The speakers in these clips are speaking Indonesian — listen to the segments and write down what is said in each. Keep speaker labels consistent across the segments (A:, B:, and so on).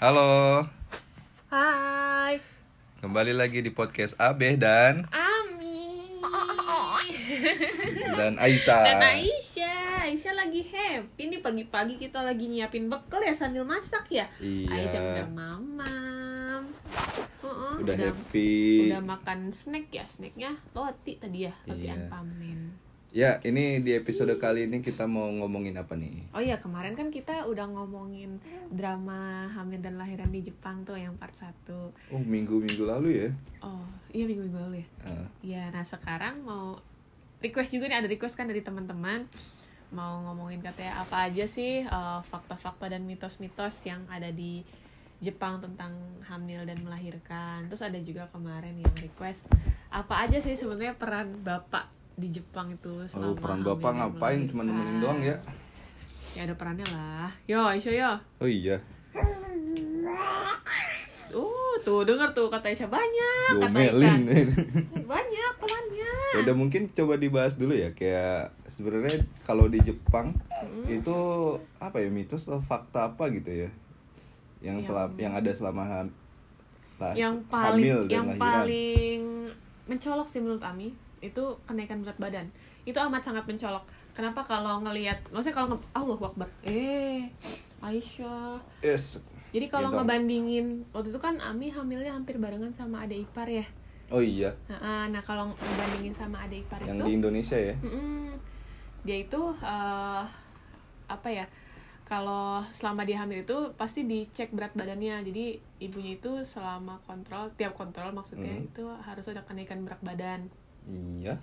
A: Halo,
B: Hai,
A: kembali lagi di podcast Abe dan
B: Ami
A: dan Aisyah.
B: dan Aisyah. Aisyah lagi happy nih pagi-pagi kita lagi nyiapin bekal ya sambil masak ya.
A: Iya.
B: Aisyah udah mamam. Uh-uh,
A: Udah
B: udah,
A: happy.
B: udah makan snack ya snacknya roti tadi ya roti
A: Iya.
B: pamen.
A: Ya, ini di episode kali ini kita mau ngomongin apa nih?
B: Oh iya kemarin kan kita udah ngomongin drama hamil dan lahiran di Jepang tuh yang part 1
A: Oh, minggu-minggu lalu ya.
B: Oh iya minggu-minggu lalu ya
A: Ah,
B: Ya, nah sekarang mau request juga nih ada request kan dari teman-teman mau ngomongin katanya apa aja sih eh, fakta-fakta dan mitos-mitos yang ada di Jepang tentang hamil dan melahirkan. Terus ada juga kemarin yang request apa aja sih sebenarnya peran bapak di Jepang itu
A: Lalu
B: selama
A: Oh, peran
B: hamil
A: bapak
B: dan
A: ngapain? Cuma nemenin
B: melahirkan.
A: doang ya?
B: Ya ada perannya lah. Yo, Aisyah yo.
A: Oh iya,
B: Tuh, Uh, tuh denger tuh kata Aisyah banyak, kata
A: diomelin.
B: Aisyah. Banyak perannya.
A: ya udah mungkin coba dibahas dulu ya kayak sebenarnya kalau di Jepang itu apa ya mitos atau fakta apa gitu ya yang
B: Yang-
A: selap yang ada selama ham- lah-
B: yang paling
A: hamil dan
B: yang
A: lahiran.
B: paling mencolok sih menurut Ami itu kenaikan berat badan itu amat sangat mencolok kenapa kalau ngelihat maksudnya kalau nge- Allah wakbar eh Aisyah
A: Yes.
B: jadi kalau
A: Iya dong.
B: ngebandingin waktu itu kan Ami hamilnya hampir barengan sama adik ipar ya
A: Oh iya,
B: nah, nah kalau ngebandingin sama adik ipar
A: yang
B: itu
A: di Indonesia ya.
B: Mm-mm. dia itu eh, apa ya? Kalau selama dia hamil itu pasti dicek berat badannya. Jadi ibunya itu selama kontrol tiap kontrol maksudnya
A: Mm.
B: itu harus ada kenaikan berat badan.
A: Iya.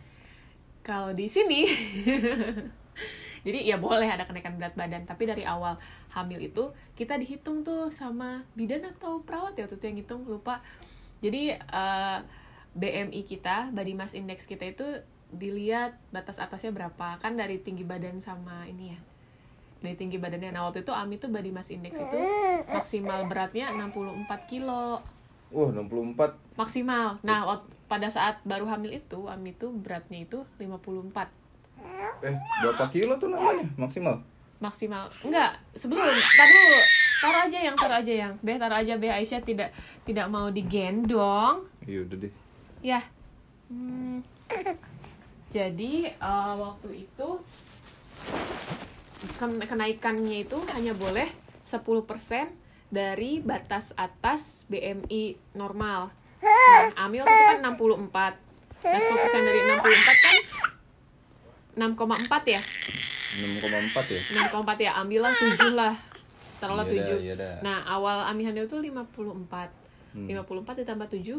B: Kalau di sini Jadi ya boleh ada kenaikan berat badan, tapi dari awal hamil itu kita dihitung tuh sama bidan atau perawat ya waktu itu yang hitung lupa. Jadi eh, BMI kita, body mass index kita itu dilihat batas atasnya berapa kan dari tinggi badan sama ini ya dari tinggi badannya nah waktu itu Ami tuh body mass index itu maksimal beratnya 64 kilo
A: Wah, 64.
B: maksimal nah wak- pada saat baru hamil itu Ami tuh beratnya itu 54
A: Eh, berapa kilo tuh namanya maksimal?
B: maksimal enggak sebelum taruh taruh aja yang taruh aja yang beh taruh aja beh Aisyah tidak tidak mau digendong
A: Iya udah deh.
B: ya Hmm. jadi eh, waktu itu ken- kenaikannya itu hanya boleh 10% dari batas atas BMI normal nah, Ami waktu itu kan 64 nah 10% dari 64 kan 6,4 ya
A: 6,4 ya.
B: 6,4 ya ambillah 7 lah taruhlah
A: Iya dah,
B: 7
A: iya dah.
B: nah awal Ami hamil itu 54
A: Hmm.
B: 54 ditambah 7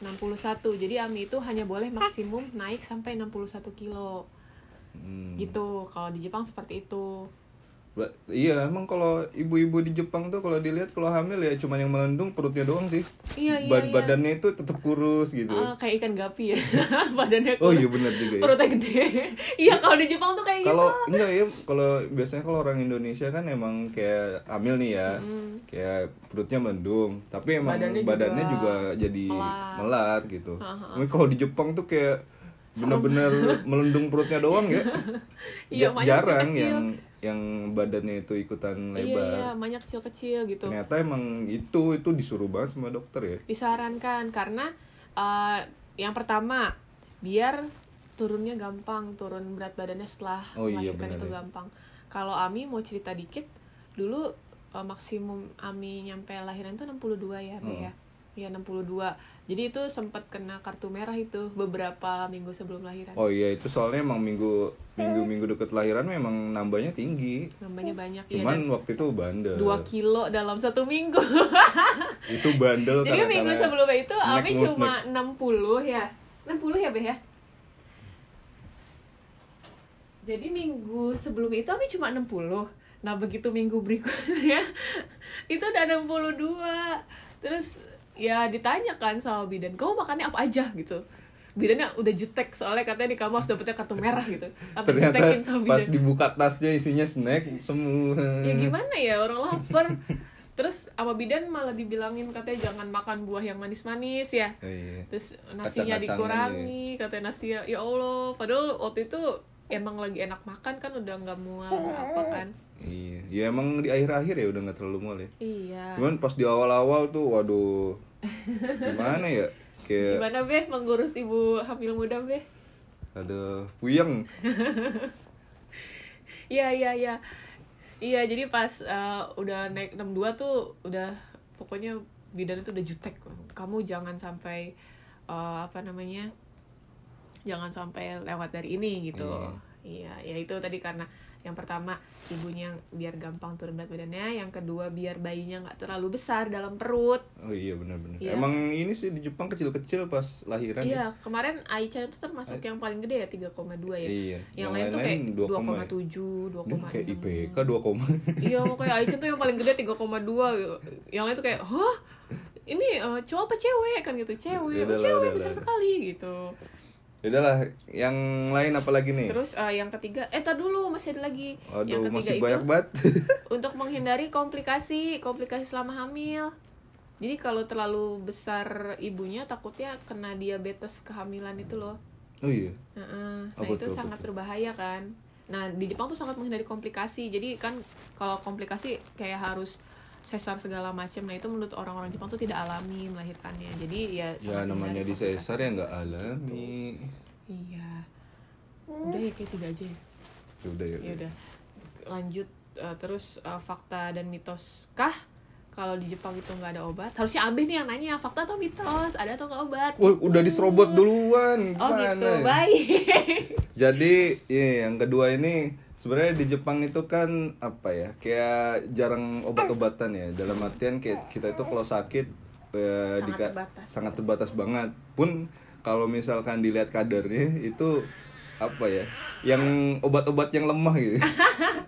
B: 61 jadi Ami itu hanya boleh maksimum naik sampai 61 kilo
A: Hmm.
B: gitu kalau di Jepang seperti itu
A: Ba- Iya, emang kalau ibu-ibu di Jepang tuh kalau dilihat kalau hamil ya cuman yang melendung perutnya doang sih.
B: iya iya,
A: Ba-
B: iya.
A: Badannya itu tetap kurus gitu.
B: Ah, kayak ikan gapi ya badannya
A: oh
B: kurus,
A: iya benar juga ya.
B: perutnya gede iya kalau di Jepang tuh kayak
A: Kalau
B: gitu
A: enggak ya, kalau biasanya kalau orang Indonesia kan emang kayak hamil nih ya. Kayak perutnya mendung, tapi emang
B: Badannya
A: badannya, juga,
B: juga
A: jadi
B: melar.
A: melar gitu.
B: Ha,
A: Tapi kalau di Jepang tuh kayak bener-bener melendung perutnya doang ya.
B: Iya,
A: Ja-
B: makanya
A: jarang
B: kecil-kecil.
A: yang yang badannya itu ikutan
B: iya iya
A: lebar.
B: banyak kecil-kecil gitu
A: Ternyata emang itu itu disuruh banget sama dokter ya.
B: disarankan karena eh, yang pertama biar turunnya gampang turun berat badannya setelah
A: Oh iya,
B: melahirkan
A: benar
B: itu
A: ya.
B: gampang kalau Ami mau cerita dikit dulu eh, maksimum Ami nyampe lahiran itu 62 ya Be,
A: Hmm.
B: ya ya 62 jadi itu sempat kena kartu merah itu beberapa minggu sebelum lahiran
A: Oh iya itu soalnya emang minggu minggu minggu deket lahiran memang nambahnya tinggi.
B: namanya banyak ya
A: Cuman eh,
B: dan
A: waktu itu bandel.
B: 2 kilo dalam satu minggu
A: itu bandel
B: Jadi
A: karena-
B: minggu
A: karena
B: sebelumnya itu
A: snack
B: Ami
A: mau snack.
B: cuma 60 ya. 60 ya, Beh ya. Jadi minggu sebelum itu Ami cuma 60. Nah, begitu minggu berikutnya itu udah 62. Terus ya ditanyakan sama bidan, "Kamu makannya apa aja?" gitu. Bidannya udah jutek soalnya katanya di kamu harus dapetnya kartu merah gitu. Apa
A: ternyata
B: jutekin sama bidan?
A: pas dibuka tasnya isinya snack semua
B: ya gimana ya orang lapar terus sama bidan malah dibilangin katanya jangan makan buah yang manis-manis ya
A: Oh, iya.
B: terus nasinya
A: Kacang-kacangan
B: dikurangi katanya nasi ya Allah padahal waktu itu emang lagi enak makan kan udah nggak mual nggak apa kan
A: Iya, ya emang di akhir-akhir ya udah nggak terlalu mual ya.
B: iya
A: Cuman pas di awal-awal tuh, waduh, gimana ya? Kayak
B: gimana beh mengurus ibu hamil muda beh
A: ada puyeng.
B: Iya iya iya. Iya jadi pas eh, udah naik 62 tuh udah pokoknya bidan itu udah jutek. Kamu jangan sampai eh, apa namanya? Jangan sampai lewat dari ini gitu. Iya, ya itu tadi karena yang pertama ibunya yang biar gampang turun berat badannya, yang kedua biar bayinya nggak terlalu besar dalam perut.
A: Oh iya benar-benar.
B: Iya.
A: Emang ini sih di Jepang kecil-kecil pas lahiran. ya?
B: Iya, kemarin Aicha itu termasuk yang paling gede ya 3,2 ya.
A: Iya.
B: Yang, lain tuh kayak 2,7, 2,6.
A: Ini kayak IPK 2 koma.
B: iya makanya Aichen tuh yang paling gede 3,2 yang lain tuh kayak hah ini eh, cowok apa cewek kan gitu cewek
A: Udah
B: oh,
A: lah,
B: cewek
A: udah
B: besar
A: lah.
B: sekali gitu
A: Yaudahlah, yang lain apa lagi nih?
B: terus eh, yang ketiga eh tak dulu masih ada lagi yang
A: Aduh,
B: ketiga
A: masih
B: itu
A: banyak banget.
B: untuk menghindari komplikasi komplikasi selama hamil jadi kalau terlalu besar ibunya takutnya kena diabetes kehamilan itu loh
A: oh iya.
B: Heeh. Nah
A: Apa
B: itu
A: tuh, apa
B: sangat
A: tuh?
B: berbahaya kan. Nah di Jepang tuh sangat menghindari komplikasi. Jadi kan kalau komplikasi kayak harus sesar segala macam. Nah itu menurut orang-orang Jepang tuh tidak alami melahirkannya. Jadi ya.
A: Ya
B: sangat
A: namanya
B: menghindari
A: di sesar ya nggak
B: komplikasi.
A: alami.
B: Iya. Udah ya kayak tiga aja. Ya,
A: Ya udah ya.
B: Ya udah. Lanjut eh, terus eh, fakta dan mitos kah? Kalau di Jepang itu nggak ada obat. Harusnya Abe nih yang nanya fakta atau mitos? Ada atau nggak obat?
A: Wah, udah
B: Gitu.
A: diserobot duluan.
B: Oh
A: Gimana? ya?
B: gitu. Baik.
A: Jadi, iya, yang kedua ini sebenarnya di Jepang itu kan apa ya? Kayak jarang obat-obatan ya. Dalam artian kayak kita itu kalau sakit eh,
B: Sangat
A: dika-
B: terbatas.
A: sangat terbatas banget. Pun kalau misalkan dilihat kadarnya itu apa ya? Yang obat-obat yang lemah gitu. Ka-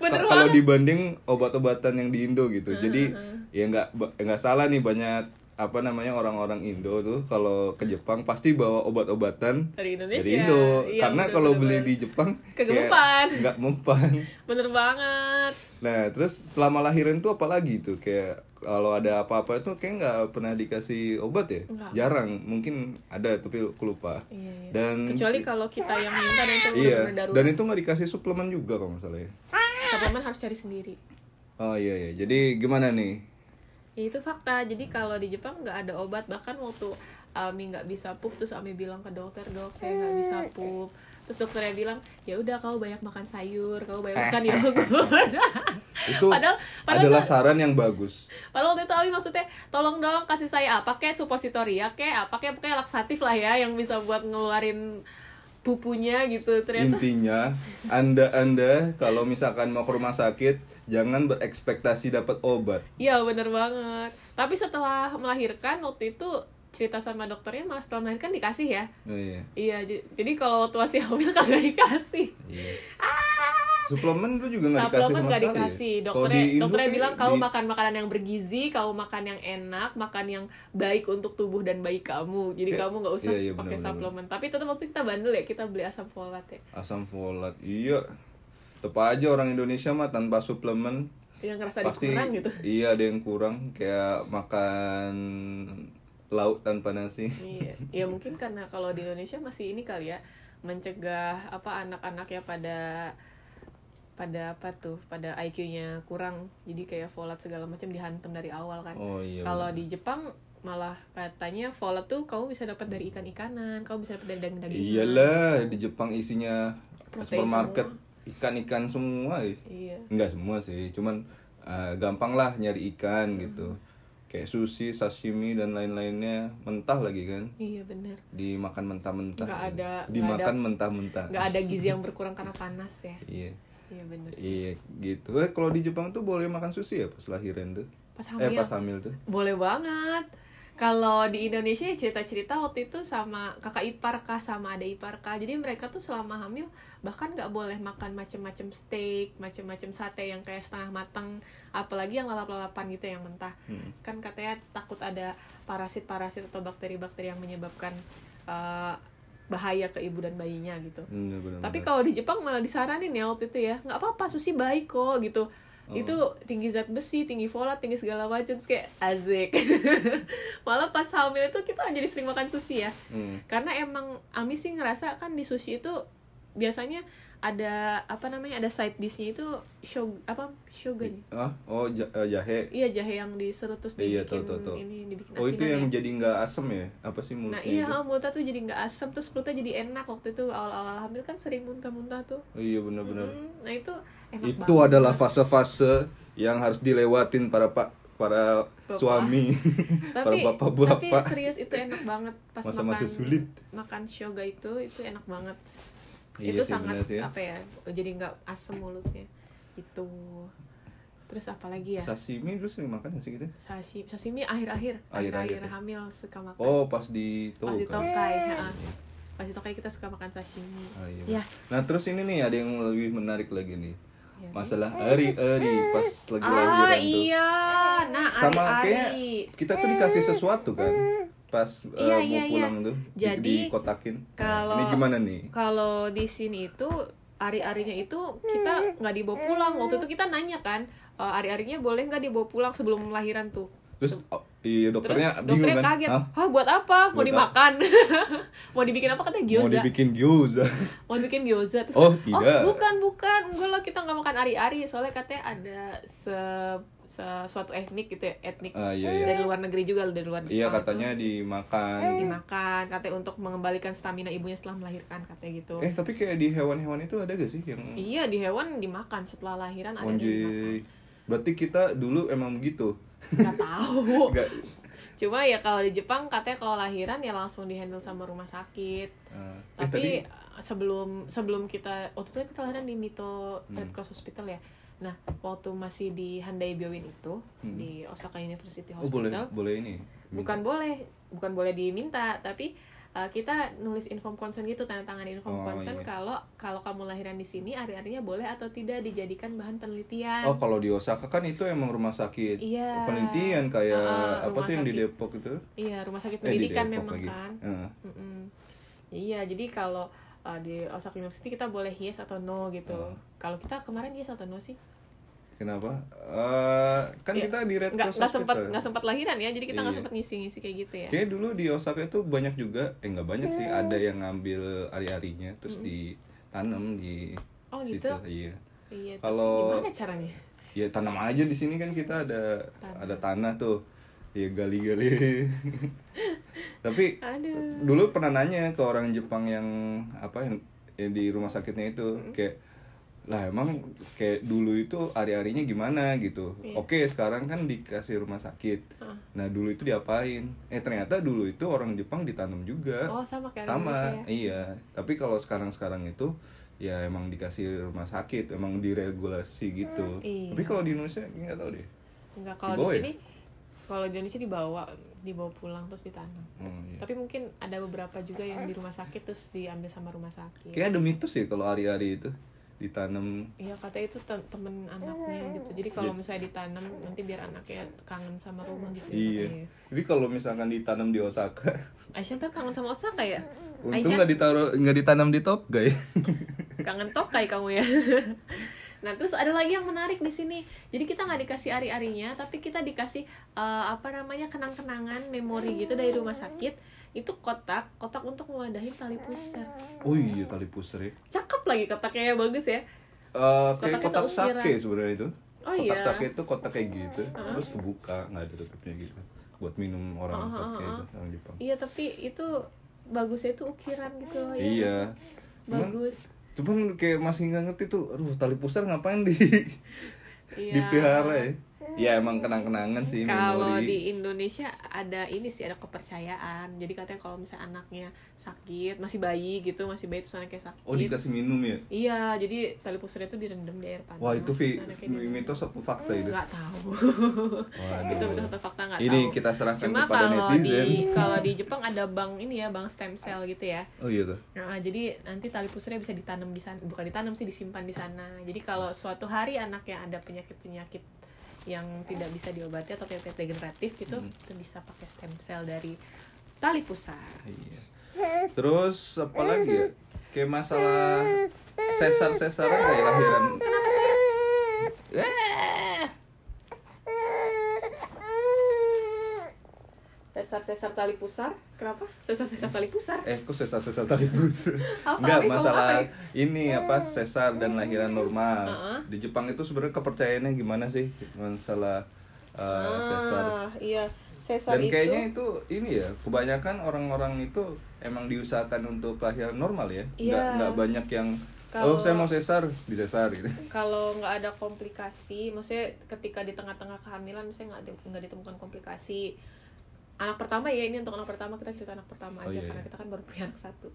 B: Bener Hmm,
A: kalau dibanding obat-obatan yang di Indo gitu. Jadi ya nggak ba- nggak salah nih banyak apa namanya orang-orang Indo tuh kalau ke Jepang pasti bawa obat-obatan
B: Dari Indonesia.
A: dari Indo.
B: Iya,
A: Karena
B: bener,
A: kalau
B: bener,
A: beli
B: bener.
A: di Jepang kayak
B: Kegemupan.
A: nggak mempan.
B: Bener banget.
A: Nah, terus selama lahiran tuh apalagi tuh kayak kalau ada apa-apa itu kayak nggak pernah dikasih obat ya?
B: Nggak.
A: Jarang, mungkin ada tapi aku lupa.
B: Iya, iya.
A: Dan
B: Kecuali kalau kita yang minta dan itu
A: iya,
B: benar-benar darurat.
A: dan itu nggak dikasih suplemen juga kalau nggak salah ya.
B: Suplemen harus cari sendiri.
A: Oh iya iya. Jadi gimana nih?
B: Ya, itu fakta. Jadi kalau di Jepang nggak ada obat. Bahkan waktu Ami nggak bisa pup, terus Ami bilang ke dokter, dok saya nggak bisa
A: Eh.
B: pup. Terus dokternya bilang, ya udah kau banyak makan sayur, kau
A: Eh.
B: banyak makan yogurt.
A: Itu
B: Padahal- padahal
A: adalah
B: tuh-
A: saran yang bagus.
B: Padahal waktu itu Ami maksudnya, tolong dong kasih saya apa kayak supositoria, kayak apa kayak pokoknya laksatif lah ya yang bisa buat ngeluarin pupunya gitu. Ternyata
A: Intinya, Anda-anda kalau misalkan mau ke rumah sakit, jangan berekspektasi dapat obat.
B: Iya bener banget. Tapi setelah melahirkan waktu itu cerita sama dokternya malah setelah melahirkan dikasih ya.
A: Oh, iya.
B: Iya, j- jadi kalau waktu masih hamil kagak dikasih.
A: Iya. Suplemen lu juga nggak dikasih
B: Ah. Suplemen
A: sama
B: nggak
A: sekali. ya?
B: dikasih.
A: Kalau
B: Dokternya,
A: di Indo
B: dokternya
A: kayak
B: bilang kau
A: di-
B: makan makanan yang bergizi, kau makan yang enak, makan yang baik untuk tubuh dan bayi kamu. Jadi
A: Iya,
B: kamu nggak usah
A: iya, iya,
B: pakai
A: bener-bener.
B: suplemen. Tapi tetap waktu itu kita bandel ya, kita beli asam folat ya.
A: asam folat. Iya. Tepat aja orang Indonesia mah tanpa suplemen
B: Yang ngerasa
A: pasti
B: dikurang gitu.
A: iya ada yang kurang kayak makan lauk tanpa nasi.
B: Iya, ya mungkin karena kalau di Indonesia masih ini kali ya mencegah apa anak-anaknya pada pada apa tuh pada IQ-nya kurang jadi kayak folat segala macam dihantam dari awal kan.
A: Oh iya.
B: kalau
A: bener.
B: di Jepang malah katanya folat tuh kamu bisa dapat dari ikan-ikanan, kamu bisa dapat dari daging-dagingan.
A: Iyalah di Jepang isinya
B: Protein
A: supermarket ikan-ikan semua. eh.
B: Iya.
A: Enggak semua sih, cuman eh, gampang lah nyari ikan
B: Hmm.
A: gitu. Kayak sushi, sashimi dan lain-lainnya mentah lagi kan.
B: Iya benar.
A: Dimakan mentah-mentah.
B: Nggak
A: gitu.
B: ada- nggak
A: Dimakan
B: ada-
A: mentah-mentah.
B: Nggak ada gizi yang berkurang karena panas ya.
A: Iya.
B: Iya benar.
A: Iya gitu. Eh kalau di Jepang tuh boleh makan sushi ya pas lahiran tuh.
B: Pas
A: Eh
B: hamil.
A: pas hamil tuh.
B: Boleh banget. Kalau di Indonesia ya cerita-cerita waktu itu sama kakak ipar kah sama ada ipar kah. Jadi mereka tuh selama hamil bahkan nggak boleh makan macem-macem steak, macem-macem sate yang kayak setengah matang, apalagi yang lalap-lalapan gitu yang mentah.
A: Hmm.
B: Kan katanya takut ada parasit-parasit atau bakteri-bakteri yang menyebabkan eh, bahaya ke ibu dan bayinya gitu.
A: Bener, bener,
B: Tapi
A: bener.
B: kalau di Jepang malah disaranin ya waktu itu ya, nggak apa-apa sushi baik kok gitu.
A: Oh.
B: Itu tinggi zat besi, tinggi folat, tinggi segala macam Terus kayak azik. malah pas hamil itu kita jadi sering makan sushi ya.
A: Hmm.
B: Karena emang Ami sih ngerasa kan di sushi itu biasanya ada apa namanya ada side dishnya itu shog apa shogun
A: Ah, oh ja- eh, jahe.
B: iya jahe yang diserut terus dibikin
A: Iya, tahu, tahu, tahu.
B: ini dibikin
A: Oh itu yang
B: asinan ya.
A: jadi nggak asem ya? Apa sih mulutnya
B: nah iya
A: itu?
B: ha, mulutnya tuh jadi nggak asam terus perutnya jadi enak waktu itu awal-awal hamil kan sering muntah-muntah tuh
A: Oh, iya benar-benar.
B: Mm, nah itu enak
A: Itu
B: banget.
A: adalah fase-fase yang harus dilewatin para pak para
B: Bapak.
A: suami, para
B: tapi tapi
A: bapak-bapak.
B: serius itu enak banget pas
A: Masa-masa
B: makan
A: sulit.
B: makan shoga itu itu enak banget
A: Iya
B: itu
A: sih,
B: sangat
A: benar sih ya.
B: apa ya jadi nggak asem mulutnya itu terus apa lagi ya
A: Sashimi terus sering makan nggak sih kita?
B: sashimi sashimi akhir-akhir
A: Akhir-akhir
B: akhir-akhir
A: ya.
B: hamil suka makan
A: Oh kan. pas di
B: pas di Ah.
A: Tohoku. Iya.
B: tokai ha. pas di tokai kita suka makan sashimi
A: Ah,
B: Ya.
A: iya. Nah terus ini nih ada yang lebih menarik lagi nih
B: Ya.
A: masalah ari-ari pas lagi
B: ah
A: lahiran tuh.
B: iya nah
A: Sama kayak
B: ari-ari
A: kita tuh dikasih sesuatu kan pas eh,
B: Iya,
A: mau
B: iya, iya.
A: pulang tuh di-
B: Jadi,
A: dikotakin. Nah,
B: kalau-
A: ini gimana nih?
B: kalau di sini itu ari-arinya itu kita nggak dibawa pulang waktu itu kita nanya kan e, ari-arinya boleh nggak dibawa pulang sebelum lahiran tuh
A: Terus oh, iya
B: terus
A: dokternya bingung
B: dokternya
A: kan?
B: kaget
A: Hah?
B: hah buat apa mau
A: Buat
B: dimakan mau dibikin apa katanya
A: Mau
B: gyoza
A: dibikin gyoza.
B: mau dibikin gyoza terus
A: Oh,
B: kata,
A: tidak.
B: oh bukan bukan enggak lah kita nggak makan ari-ari soalnya katanya ada se, se- suatu etnik gitu ya etnik
A: Ah, iya, iya.
B: dari luar negeri juga dari luar
A: Iya
B: Jepang
A: katanya
B: tuh Eh,
A: dimakan.
B: dimakan katanya untuk mengembalikan stamina ibunya setelah melahirkan katanya gitu
A: Eh tapi kayak di hewan-hewan itu ada gak sih yang
B: Iya di hewan dimakan setelah lahiran ada yang dimakan.
A: Anjay. Berarti kita dulu emang begitu.
B: Gak tahu.
A: Enggak.
B: Cuma ya kalau di Jepang katanya kalau lahiran ya langsung dihandle sama rumah sakit.
A: eh tadi
B: Tapi eh, sebelum sebum kita waktu itu kan kita lahiran di Mito
A: Hmm.
B: Red Cross Hospital ya. Nah waktu masih di Handai Byoin itu
A: Hmm.
B: di Osaka University
A: oh boleh
B: Hospital
A: boleh ini.
B: bukan boleh bukan boleh diminta tapi eh, kita nulis inform consent gitu tanda tangan
A: Oh,
B: inform consent
A: iya.
B: kalau kalau kamu lahiran di sini hari-harinya boleh atau tidak dijadikan bahan penelitian.
A: Oh kalau di Osaka kan itu emang rumah sakit.
B: Iya.
A: Penelitian kayak
B: Ah,
A: apa
B: rumah
A: tuh yang di
B: sakit.
A: Depok itu?
B: Iya, rumah
A: Eh,
B: sakit
A: di
B: pendidikan
A: Depok
B: memang
A: lagi.
B: kan.
A: Heeh.
B: Mm-mm. Iya, jadi kalau uh, di Osaka University kita boleh yes atau no gitu.
A: Oh.
B: Kalau kita kemarin yes atau no sih?
A: Kenapa? Eh kan
B: Iya.
A: kita di Red Cross
B: Nggak
A: eh.
B: nggak sempat
A: Hospital.
B: nggak sempat lahiran ya, jadi kita nggak
A: Iya.
B: sempat ngisi-ngisi kayak gitu ya.
A: Kayaknya dulu di Osaka itu banyak juga, eh nggak banyak sih,
B: Iya.
A: ada yang ngambil ari-arinya terus ditanam di
B: Oh,
A: situ.
B: gitu?
A: Iya.
B: Iya. tapi
A: Kalau-
B: gimana caranya?
A: Ya tanam aja di sini kan kita ada
B: Tanah.
A: ada tanah tuh. Ya gali-gali.
B: Ah,
A: Tapi
B: Aduh.
A: dulu pernah nanya ke orang Jepang yang apa yang, yang di rumah sakitnya itu
B: Hmm.
A: kayak lah emang kayak dulu itu ari-arinya gimana gitu
B: Iya. Ah.
A: oke sekarang kan dikasih rumah sakit
B: Heeh.
A: nah dulu itu diapain eh ternyata dulu itu orang Jepang ditanam juga
B: Oh, sama kayak ya. orang
A: sama
B: Indonesia
A: iya tapi kalau sekarang sekarang itu ya emang dikasih rumah sakit emang diregulasi gitu
B: Iya.
A: tapi kalau di Indonesia nggak tahu deh
B: Enggak kalau di
A: Dibawa ya?
B: sini kalau di Indonesia dibawa dibawa pulang terus ditanam.
A: Oh, iya.
B: Tapi mungkin ada beberapa juga yang di rumah sakit terus diambil sama rumah sakit.
A: kayaknya ada mitos ya kalau ari-ari itu ditanam
B: Iya katanya itu te- temen anaknya gitu. Jadi kalau misalnya ditanam nanti biar anaknya kangen sama rumah gitu. ya
A: Iya.
B: katanya.
A: Jadi kalau misalkan ditanam di Osaka,
B: Aisyah ntar kangen sama Osaka ya?
A: untung nggak ditaruh nggak ditanam di ya? top guys.
B: kangen tokai kamu ya. nah terus ada lagi yang menarik di sini. Jadi kita nggak dikasih ari-arinya, tapi kita dikasih eh, apa namanya kenang-kenangan, memori gitu dari rumah sakit. Itu kotak, kotak untuk mewadahi tali pusar.
A: Oh iya tali pusar ya.
B: Cakep lagi kotaknya ya bagus ya.
A: Eh, kayak
B: Kotaknya
A: kotak
B: tuh ukiran.
A: sake sebenarnya itu.
B: Oh
A: kotak
B: iya.
A: sake itu kotak kayak gitu, terus kebuka nggak ada tutupnya gitu. Buat minum orang
B: Ah, ah,
A: sake
B: ah,
A: itu orang Jepang.
B: Iya tapi itu bagusnya itu ukiran gitu loh ya.
A: Iya. Cuman,
B: Bagus.
A: cuman kayak masih nggak ngerti tuh, aduh tali pusar ngapain di
B: Iya.
A: dipelihara ya? Ya emang kenang-kenangan sih
B: Kalau
A: memori.
B: di Indonesia ada ini sih ada kepercayaan. Jadi katanya kalau misalnya anaknya sakit, masih bayi gitu, masih bayi terus anaknya sakit.
A: Oh dikasih minum ya?
B: Iya, jadi tali pusarnya itu direndam di air panas.
A: Wah itu
B: terus
A: vi-
B: anaknya direndam.
A: mitos apa fakta itu?
B: Nggak tahu.
A: Waduh.
B: itu betul atau fakta nggak tahu.
A: Ini kita serahkan
B: Cuma
A: kepada
B: kalau
A: netizen.
B: di kalau di Jepang ada bank ini ya, bank stem cell gitu ya.
A: Oh iya tuh.
B: Nah, jadi nanti tali pusarnya bisa ditanam di sana, bukan ditanam sih disimpan di sana. Jadi kalau suatu hari anak yang ada penyakit-penyakit yang tidak bisa diobati atau penyakit degeneratif gitu,
A: Hmm.
B: itu bisa pakai stem cell dari tali pusar.
A: Iya. Terus apa lagi ya? Kayak masalah sesar sesaran kayak lahiran. Eh,
B: sesar-sesar tali pusar kenapa sesar-sesar tali pusar
A: eh kok sesar sesar tali busur
B: Apa?
A: nggak
B: Ini kamu apa ya?
A: masalah ini apa sesar dan lahiran normal
B: Heeh.
A: di Jepang itu sebenarnya kepercayaannya gimana sih masalah eh, sesar
B: ah iya
A: dan
B: sesar itu
A: kayaknya itu ini ya kebanyakan orang-orang itu emang diusahakan untuk lahiran normal ya
B: Iya.
A: nggak nggak banyak yang oh
B: Kalau-
A: saya mau sesar di sesar gitu
B: kalau nggak ada komplikasi, maksudnya ketika di tengah-tengah kehamilan, misalnya nggak di- nggak ditemukan komplikasi, anak pertama ya ini untuk anak pertama kita cerita anak pertama
A: Oh,
B: aja
A: iya,
B: karena
A: iya.
B: kita kan baru punya anak satu.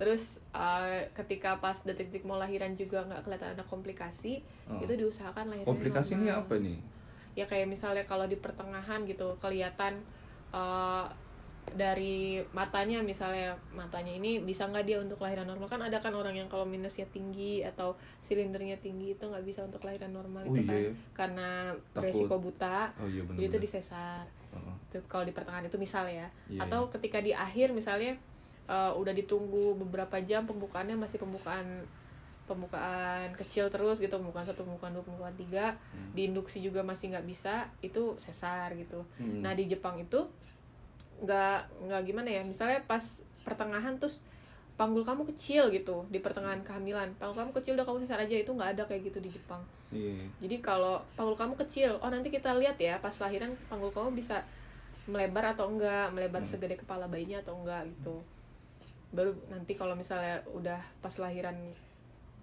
B: Terus eh, ketika pas detik-detik mau lahiran juga nggak kelihatan ada komplikasi,
A: Oh.
B: itu diusahakan lahiran.
A: komplikasi ini apa nih
B: Ya kayak misalnya kalau di pertengahan gitu kelihatan eh, dari matanya misalnya matanya ini bisa nggak dia untuk lahiran normal kan ada kan orang yang kalau minusnya tinggi atau silindernya tinggi itu nggak bisa untuk lahiran normal
A: oh
B: itu kan
A: iya
B: karena
A: Takut.
B: resiko buta
A: oh iya benar
B: jadi itu disesar
A: Heeh.
B: Itu kalau di pertengahan itu misal ya
A: Iya,
B: atau ketika di akhir misalnya eh, udah ditunggu beberapa jam pembukaannya masih pembukaan pembukaan kecil terus gitu pembukaan satu pembukaan dua pembukaan tiga
A: Hmm.
B: di induksi juga masih nggak bisa itu sesar gitu
A: Hmm.
B: Nah di Jepang itu nggak nggak gimana ya misalnya pas pertengahan terus panggul kamu kecil gitu di pertengahan kehamilan panggul kamu kecil udah kamu sesar aja itu nggak ada kayak gitu di Jepang
A: Iya.
B: jadi kalau panggul kamu kecil oh nanti kita lihat ya pas lahiran panggul kamu bisa melebar atau enggak melebar
A: Hmm.
B: segede kepala bayinya atau enggak gitu baru nanti kalau misalnya udah pas lahiran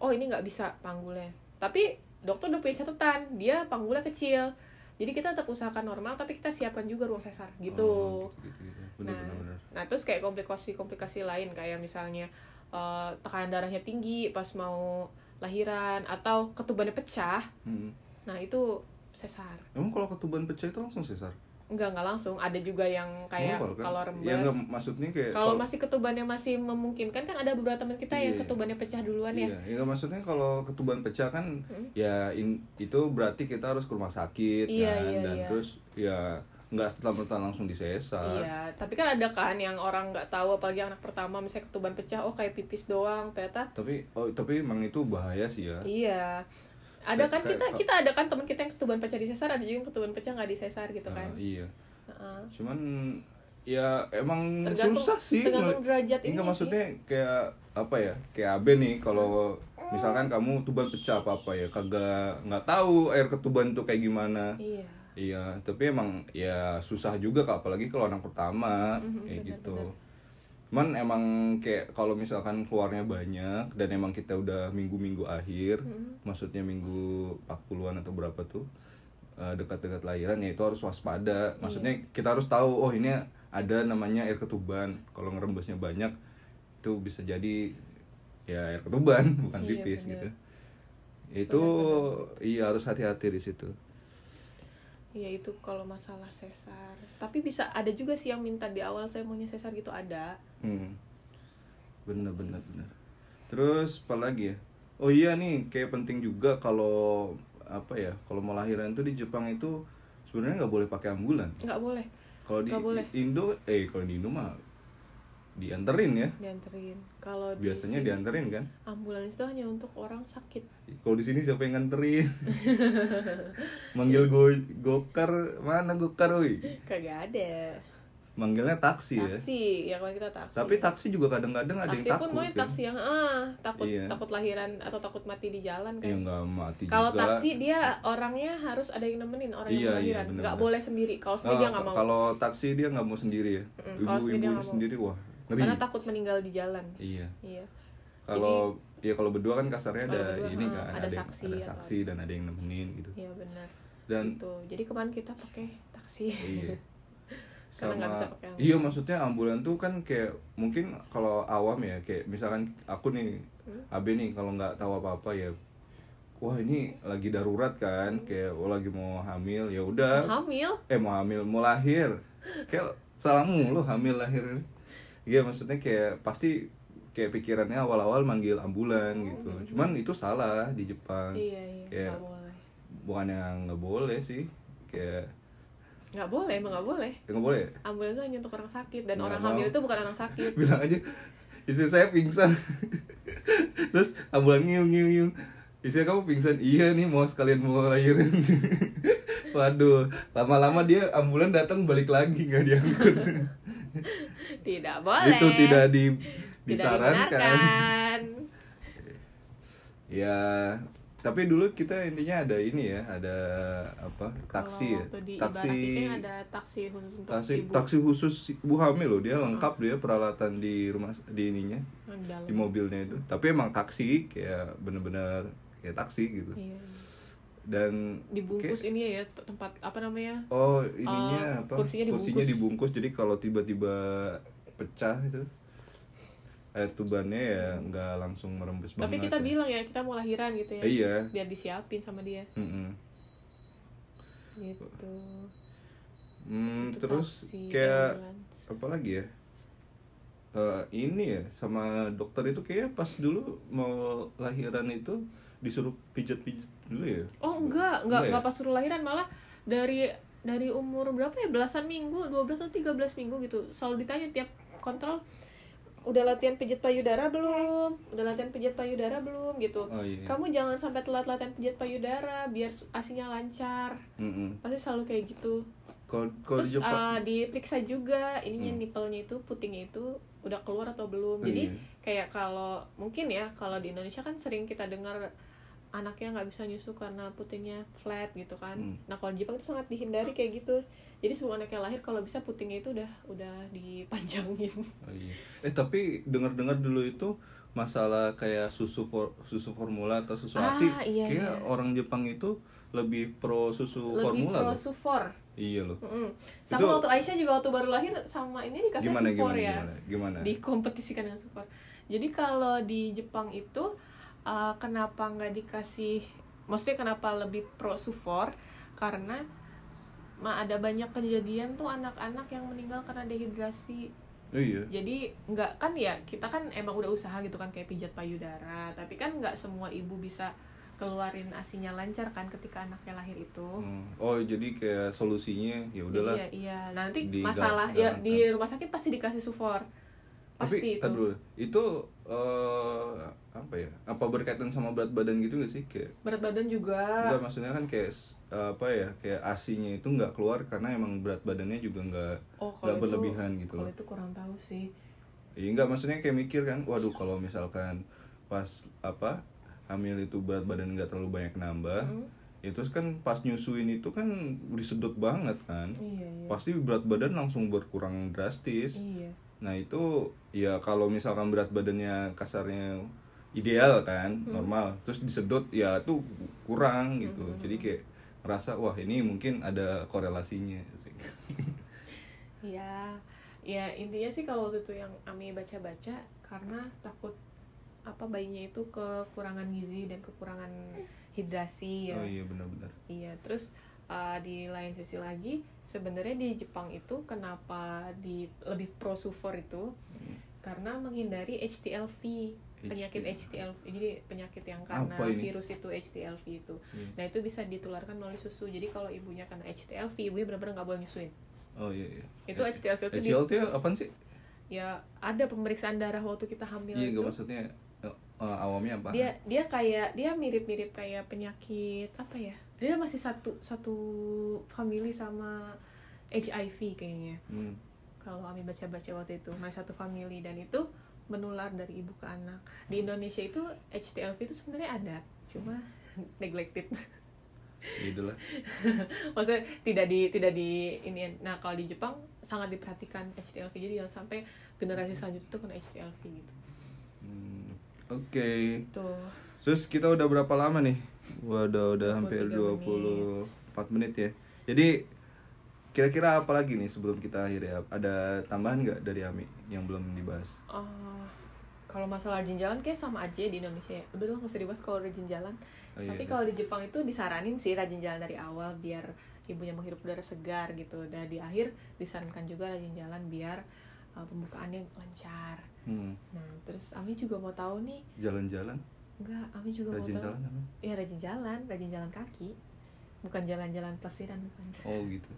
B: oh ini nggak bisa panggulnya tapi dokter udah punya catatan dia panggulnya kecil jadi kita tetap usahakan normal tapi kita siapkan juga ruang sesar
A: Oh,
B: gitu
A: gitu-gitu. benar
B: Nah.
A: benar benar
B: Nah, terus kayak komplikasi-komplikasi lain kayak misalnya eh, tekanan darahnya tinggi pas mau lahiran atau ketubannya pecah.
A: Hmm.
B: Nah, itu sesar.
A: emang kalau ketuban pecah itu langsung sesar
B: Enggak, enggak langsung. Ada juga yang kayak
A: Normal, kan?
B: kalau
A: ya
B: rembes.
A: nggak maksudnya kayak
B: kalau
A: kalau-
B: masih ketubannya masih memungkinkan kan ada beberapa teman kita yang
A: Iya.
B: ketubannya pecah duluan ya.
A: Iya, ya maksudnya kalau ketuban pecah kan
B: Hmm.
A: ya in- itu berarti kita harus ke rumah sakit
B: Iya,
A: kan
B: iya,
A: dan
B: iya.
A: terus ya nggak setelah merta langsung disesar.
B: Iya, tapi kan ada kan yang orang nggak tahu apalagi anak pertama misalnya ketuban pecah, oh kayak pipis doang, ternyata
A: Tapi oh tapi emang itu bahaya sih ya.
B: Iya. Ada kan
A: Kayak-
B: kita
A: kayak-
B: kita ada kan teman kita yang ketuban pecah di sesar, ada juga yang ketuban pecah nggak di sesar gitu kan.
A: Ah, iya.
B: Heeh.
A: Cuman ya emang
B: Tergantung-
A: susah sih.
B: tergantung derajat ini
A: Enggak
B: sih.
A: maksudnya kayak apa ya? Kayak Abe nih kalau misalkan kamu ketuban pecah apa apa ya kagak nggak tahu air ketuban tuh kayak gimana.
B: Iya.
A: Iya, tapi emang ya susah juga kak, apalagi kalau anak pertama
B: Mhm,
A: kayak
B: benar,
A: gitu.
B: benar.
A: Cuman emang kayak kalau misalkan keluarnya banyak dan emang kita udah minggu-minggu akhir,
B: Mhm.
A: maksudnya minggu 40-an atau berapa tuh eh, dekat-dekat lahiran ya itu harus waspada.
B: Iya.
A: Maksudnya kita harus tahu oh ini ada namanya air ketuban. Kalau ngerembesnya banyak itu bisa jadi ya air ketuban bukan
B: Iya,
A: pipis
B: benar.
A: gitu. Itu iya harus hati-hati di situ.
B: Iya itu kalau masalah sesar. Tapi bisa ada juga sih yang minta di awal saya maunya sesar gitu ada.
A: Hmm. Bener bener bener. Terus apa lagi ya? Oh iya nih, kayak penting juga kalau apa ya? Kalau mau lahiran tuh di Jepang itu sebenarnya nggak boleh pakai ambulan.
B: Nggak boleh
A: Kalau di
B: Nggak boleh.
A: Indo, eh kalau di Indo mah dianterin ya.
B: dianterin. Kalau di
A: Biasanya
B: sini,
A: dianterin kan.
B: ambulans itu hanya untuk orang sakit.
A: Kalau di sini siapa yang nganterin? Manggil go gokar mana gokar, woi?
B: Kagak ada.
A: Manggilnya taksi ya.
B: Taksi, ya kalau kita taksi.
A: Tapi taksi juga kadang-kadang ada
B: taksi
A: yang
B: pun
A: takut.
B: mau
A: kan?
B: taksi yang ah takut
A: Iya.
B: takut lahiran atau takut mati di jalan
A: Ya
B: kan.
A: nggak mati
B: Kalau
A: juga.
B: taksi dia orangnya harus ada yang nemenin orang
A: Iya,
B: yang
A: iya,
B: lahiran.
A: bener,
B: Nggak
A: bener.
B: boleh sendiri. Kalau sendiri
A: Ah,
B: dia nggak mau.
A: Kalau taksi dia nggak mau sendiri ya.
B: Mm, kalau sendiri dia
A: Ibu-ibu
B: nggak mau.
A: sendiri wah ngeri.
B: Karena takut meninggal di jalan.
A: Iya.
B: Iya.
A: Kalau ya kalau berdua kan kasarnya
B: Kalau
A: ada
B: berdua,
A: ini
B: ah,
A: kan
B: ada
A: yang-
B: saksi
A: ada
B: atau-
A: saksi dan ada yang nemenin gitu.
B: Iya benar.
A: Dan
B: gitu. Jadi kemarin kita pakai taksi.
A: iya.
B: Gitu. Karena nggak bisa pakai ambulan.
A: iya maksudnya ambulan tuh kan kayak mungkin kalau awam ya kayak misalkan aku nih
B: Hmm.
A: Abe nih kalau nggak tahu apa-apa ya wah ini lagi darurat
B: Hmm.
A: kan kayak oh, lagi mau hamil ya udah
B: Hamil?
A: eh mau hamil mau lahir kayak salah mulu hamil lahir ini Iya maksudnya kayak pasti kayak pikirannya awal-awal manggil ambulan gitu cuman itu salah di Jepang
B: Iya iya.
A: Iya.
B: Nggak boleh.
A: bukan yang nggak boleh sih kayak
B: Nggak boleh, emang nggak boleh.
A: ya nggak boleh ya?
B: Ambulans itu hanya untuk orang sakit dan
A: Nggak
B: orang
A: mau.
B: hamil itu bukan orang sakit.
A: bilang aja istri saya pingsan terus ambulan ngiung ngiung ngiung Isinya kamu pingsan, iya nih mau sekalian mau lahirin Waduh, lama-lama dia ambulan datang balik lagi nggak diangkut
B: tidak boleh
A: Itu tidak di,
B: Tidak
A: disarankan
B: dibenarkan.
A: Ya, tapi dulu kita intinya ada ini ya, ada apa, taksi
B: Kalau
A: ya
B: waktu di
A: Taksi,
B: Ibarat itu yang ada taksi khusus untuk
A: taksi,
B: ibu Hmm.
A: taksi khusus ibu hamil loh, dia lengkap dia peralatan di rumah, di ininya
B: yang dalam.
A: di mobilnya itu tapi emang taksi kayak bener-bener kayak taksi gitu
B: Iya.
A: dan
B: dibungkus
A: kayak-
B: ini ya t- tempat apa namanya
A: oh ininya
B: Eh,
A: apa
B: kursinya dibungkus.
A: dibungkus, jadi kalau tiba-tiba pecah itu air tubannya ya nggak langsung merembes
B: tapi
A: banget
B: kita
A: ya.
B: bilang ya kita mau lahiran gitu ya
A: Eh, iya
B: biar disiapin sama dia
A: Mm-mm.
B: gitu
A: Hmm,
B: Itu
A: terus
B: taksi,
A: kayak
B: ambulans.
A: apa lagi ya Eh, ini ya sama dokter itu kayak pas dulu mau lahiran itu disuruh pijat-pijat dulu ya
B: oh enggak enggak
A: ya?
B: enggak pas suruh lahiran malah dari dari umur berapa ya belasan minggu 12 atau 13 minggu gitu selalu ditanya tiap kontrol udah latihan pijat payudara belum udah latihan pijat payudara belum gitu
A: Oh, iya.
B: kamu jangan sampai telat latihan pijat payudara biar su- asinya lancar
A: Mm-mm.
B: pasti selalu kayak gitu
A: Kalau kalau di
B: terus
A: Jepang
B: eh, diperiksa juga ininya
A: Hmm.
B: nipelnya itu putingnya itu udah keluar atau
A: Oh,
B: belum jadi
A: iya.
B: kayak kalau mungkin ya kalau di Indonesia kan sering kita dengar anaknya nggak bisa nyusu karena putingnya flat gitu kan
A: Hmm.
B: nah kalau di Jepang itu sangat dihindari kayak gitu jadi sebelum anaknya lahir kalau bisa putingnya itu udah udah dipanjangin
A: Oh, iya. Eh tapi dengar-dengar dulu itu masalah kayak susu for- susu formula atau susu
B: Ah,
A: ASI,
B: iya,
A: kayak
B: iya.
A: orang Jepang itu lebih pro susu
B: lebih
A: formula
B: pro
A: loh.
B: sufor
A: Iya loh.
B: Mm-mm. sama
A: Itu-
B: waktu Aisyah juga waktu baru lahir sama ini dikasih
A: Gimana gimana,
B: sufor ya
A: gimana gimana
B: dikompetisikan dengan super. Jadi kalau di Jepang itu uh, kenapa nggak dikasih? Maksudnya kenapa lebih pro sufor? Karena ma ada banyak kejadian tuh anak-anak yang meninggal karena dehidrasi.
A: Oh, iya.
B: Jadi nggak kan ya kita kan emang udah usaha gitu kan kayak pijat payudara, tapi kan nggak semua ibu bisa keluarin asinya lancar kan ketika anaknya lahir itu.
A: Hmm. Oh, jadi kayak solusinya ya
B: Jadi
A: udahlah.
B: Iya, iya. Nanti
A: Digal-
B: masalah ya
A: galangkan.
B: di rumah sakit pasti dikasih sufor.
A: Tapi
B: Pasti
A: tar
B: itu.
A: dulu. itu eh, apa ya? Apa berkaitan sama berat badan gitu gak sih kayak
B: Berat badan juga.
A: Enggak, maksudnya kan kayak s- apa ya kayak asinya itu nggak keluar karena emang berat badannya juga nggak
B: Oh,
A: nggak
B: kalau itu-
A: berlebihan gitu
B: Kalau
A: loh
B: itu kurang tahu sih.
A: Iya enggak maksudnya kayak mikir kan, waduh kalau misalkan pas apa hamil itu berat badan nggak terlalu banyak nambah,
B: Hmm?
A: ya terus kan pas nyusuin itu kan disedot banget kan,
B: Iya, iya.
A: pasti berat badan langsung berkurang drastis.
B: Iya.
A: Nah itu ya kalau misalkan berat badannya kasarnya ideal kan,
B: Hmm.
A: normal, terus disedot ya tuh kurang gitu,
B: Hmm.
A: jadi kayak ngerasa wah ini mungkin ada korelasinya.
B: Iya. Ya, intinya sih kalau waktu itu yang Ami baca-baca karena takut apa bayinya itu kekurangan gizi dan kekurangan hidrasi ya.
A: Oh iya benar-benar.
B: Iya, terus uh, di lain sisi lagi sebenarnya di Jepang itu kenapa di lebih pro sufor itu karena menghindari HTLV penyakit HTLV jadi penyakit yang karena
A: Apa ini?
B: virus itu HTLV itu
A: Iya.
B: nah itu bisa ditularkan melalui susu jadi kalau ibunya kena HTLV ibunya benar-benar nggak boleh nyusuin
A: Oh iya iya.
B: itu HTLV itu di-
A: HCL itu apaan sih?
B: ya ada pemeriksaan darah waktu kita hamil
A: Iya,
B: itu
A: gak maksudnya eh, eh, awamnya apa?
B: dia dia kayak dia mirip-mirip kayak penyakit apa ya dia masih satu satu family sama HIV kayaknya
A: Hmm.
B: kalau kami baca-baca waktu itu masih satu family dan itu menular dari ibu ke anak di Indonesia itu HTLV itu sebenarnya ada cuma neglected
A: Ya itulah.
B: maksudnya tidak di tidak di ini nah kalau di Jepang sangat diperhatikan HTLV jadi jangan sampai generasi selanjutnya tuh kena HTLV gitu
A: Hmm. Oke.
B: tuh
A: Terus kita udah berapa lama nih? Waduh, udah hampir
B: 23
A: 24 menit ya. Jadi kira-kira apa lagi nih sebelum kita akhiri? Ada tambahan nggak dari Ami yang belum dibahas?
B: Oh, kalau masalah jenjalan kayak sama aja ya di Indonesia ya. Udah lah nggak usah dibahas kalau rajin jalan.
A: Oh, iya.
B: Tapi kalau di Jepang itu disaranin sih rajin jalan dari awal biar ibunya menghirup udara segar gitu. Dan di akhir disarankan juga rajin jalan biar uh, pembukaannya lancar.
A: Hmm,
B: Nah, terus Ami juga mau tahu nih.
A: Jalan-jalan,
B: Enggak, Ami juga
A: rajin
B: mau tahu.
A: jalan apa?
B: Iya, rajin jalan, rajin jalan kaki. Bukan jalan-jalan plesiran bukan.
A: Oh gitu.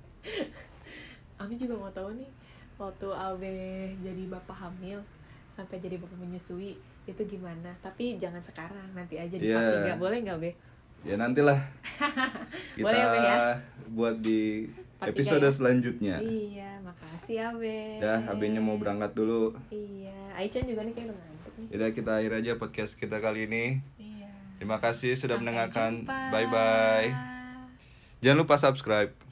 B: Ami juga mau tahu nih waktu Abe jadi bapak hamil sampai jadi bapak menyusui itu gimana tapi jangan sekarang nanti aja di
A: Iya.
B: part tiga. boleh nggak be
A: ya nantilah kita
B: Boleh ya, Be, ya?
A: buat di
B: Part tiga
A: episode
B: ya?
A: selanjutnya
B: iya makasih ya be
A: dah HB-nya mau berangkat dulu
B: iya Aichan juga nih kayak udah ngantuk nih
A: Yaudah kita akhir aja podcast kita kali ini
B: iya
A: terima kasih sudah
B: Sampai
A: mendengarkan
B: jumpa.
A: bye bye jangan lupa subscribe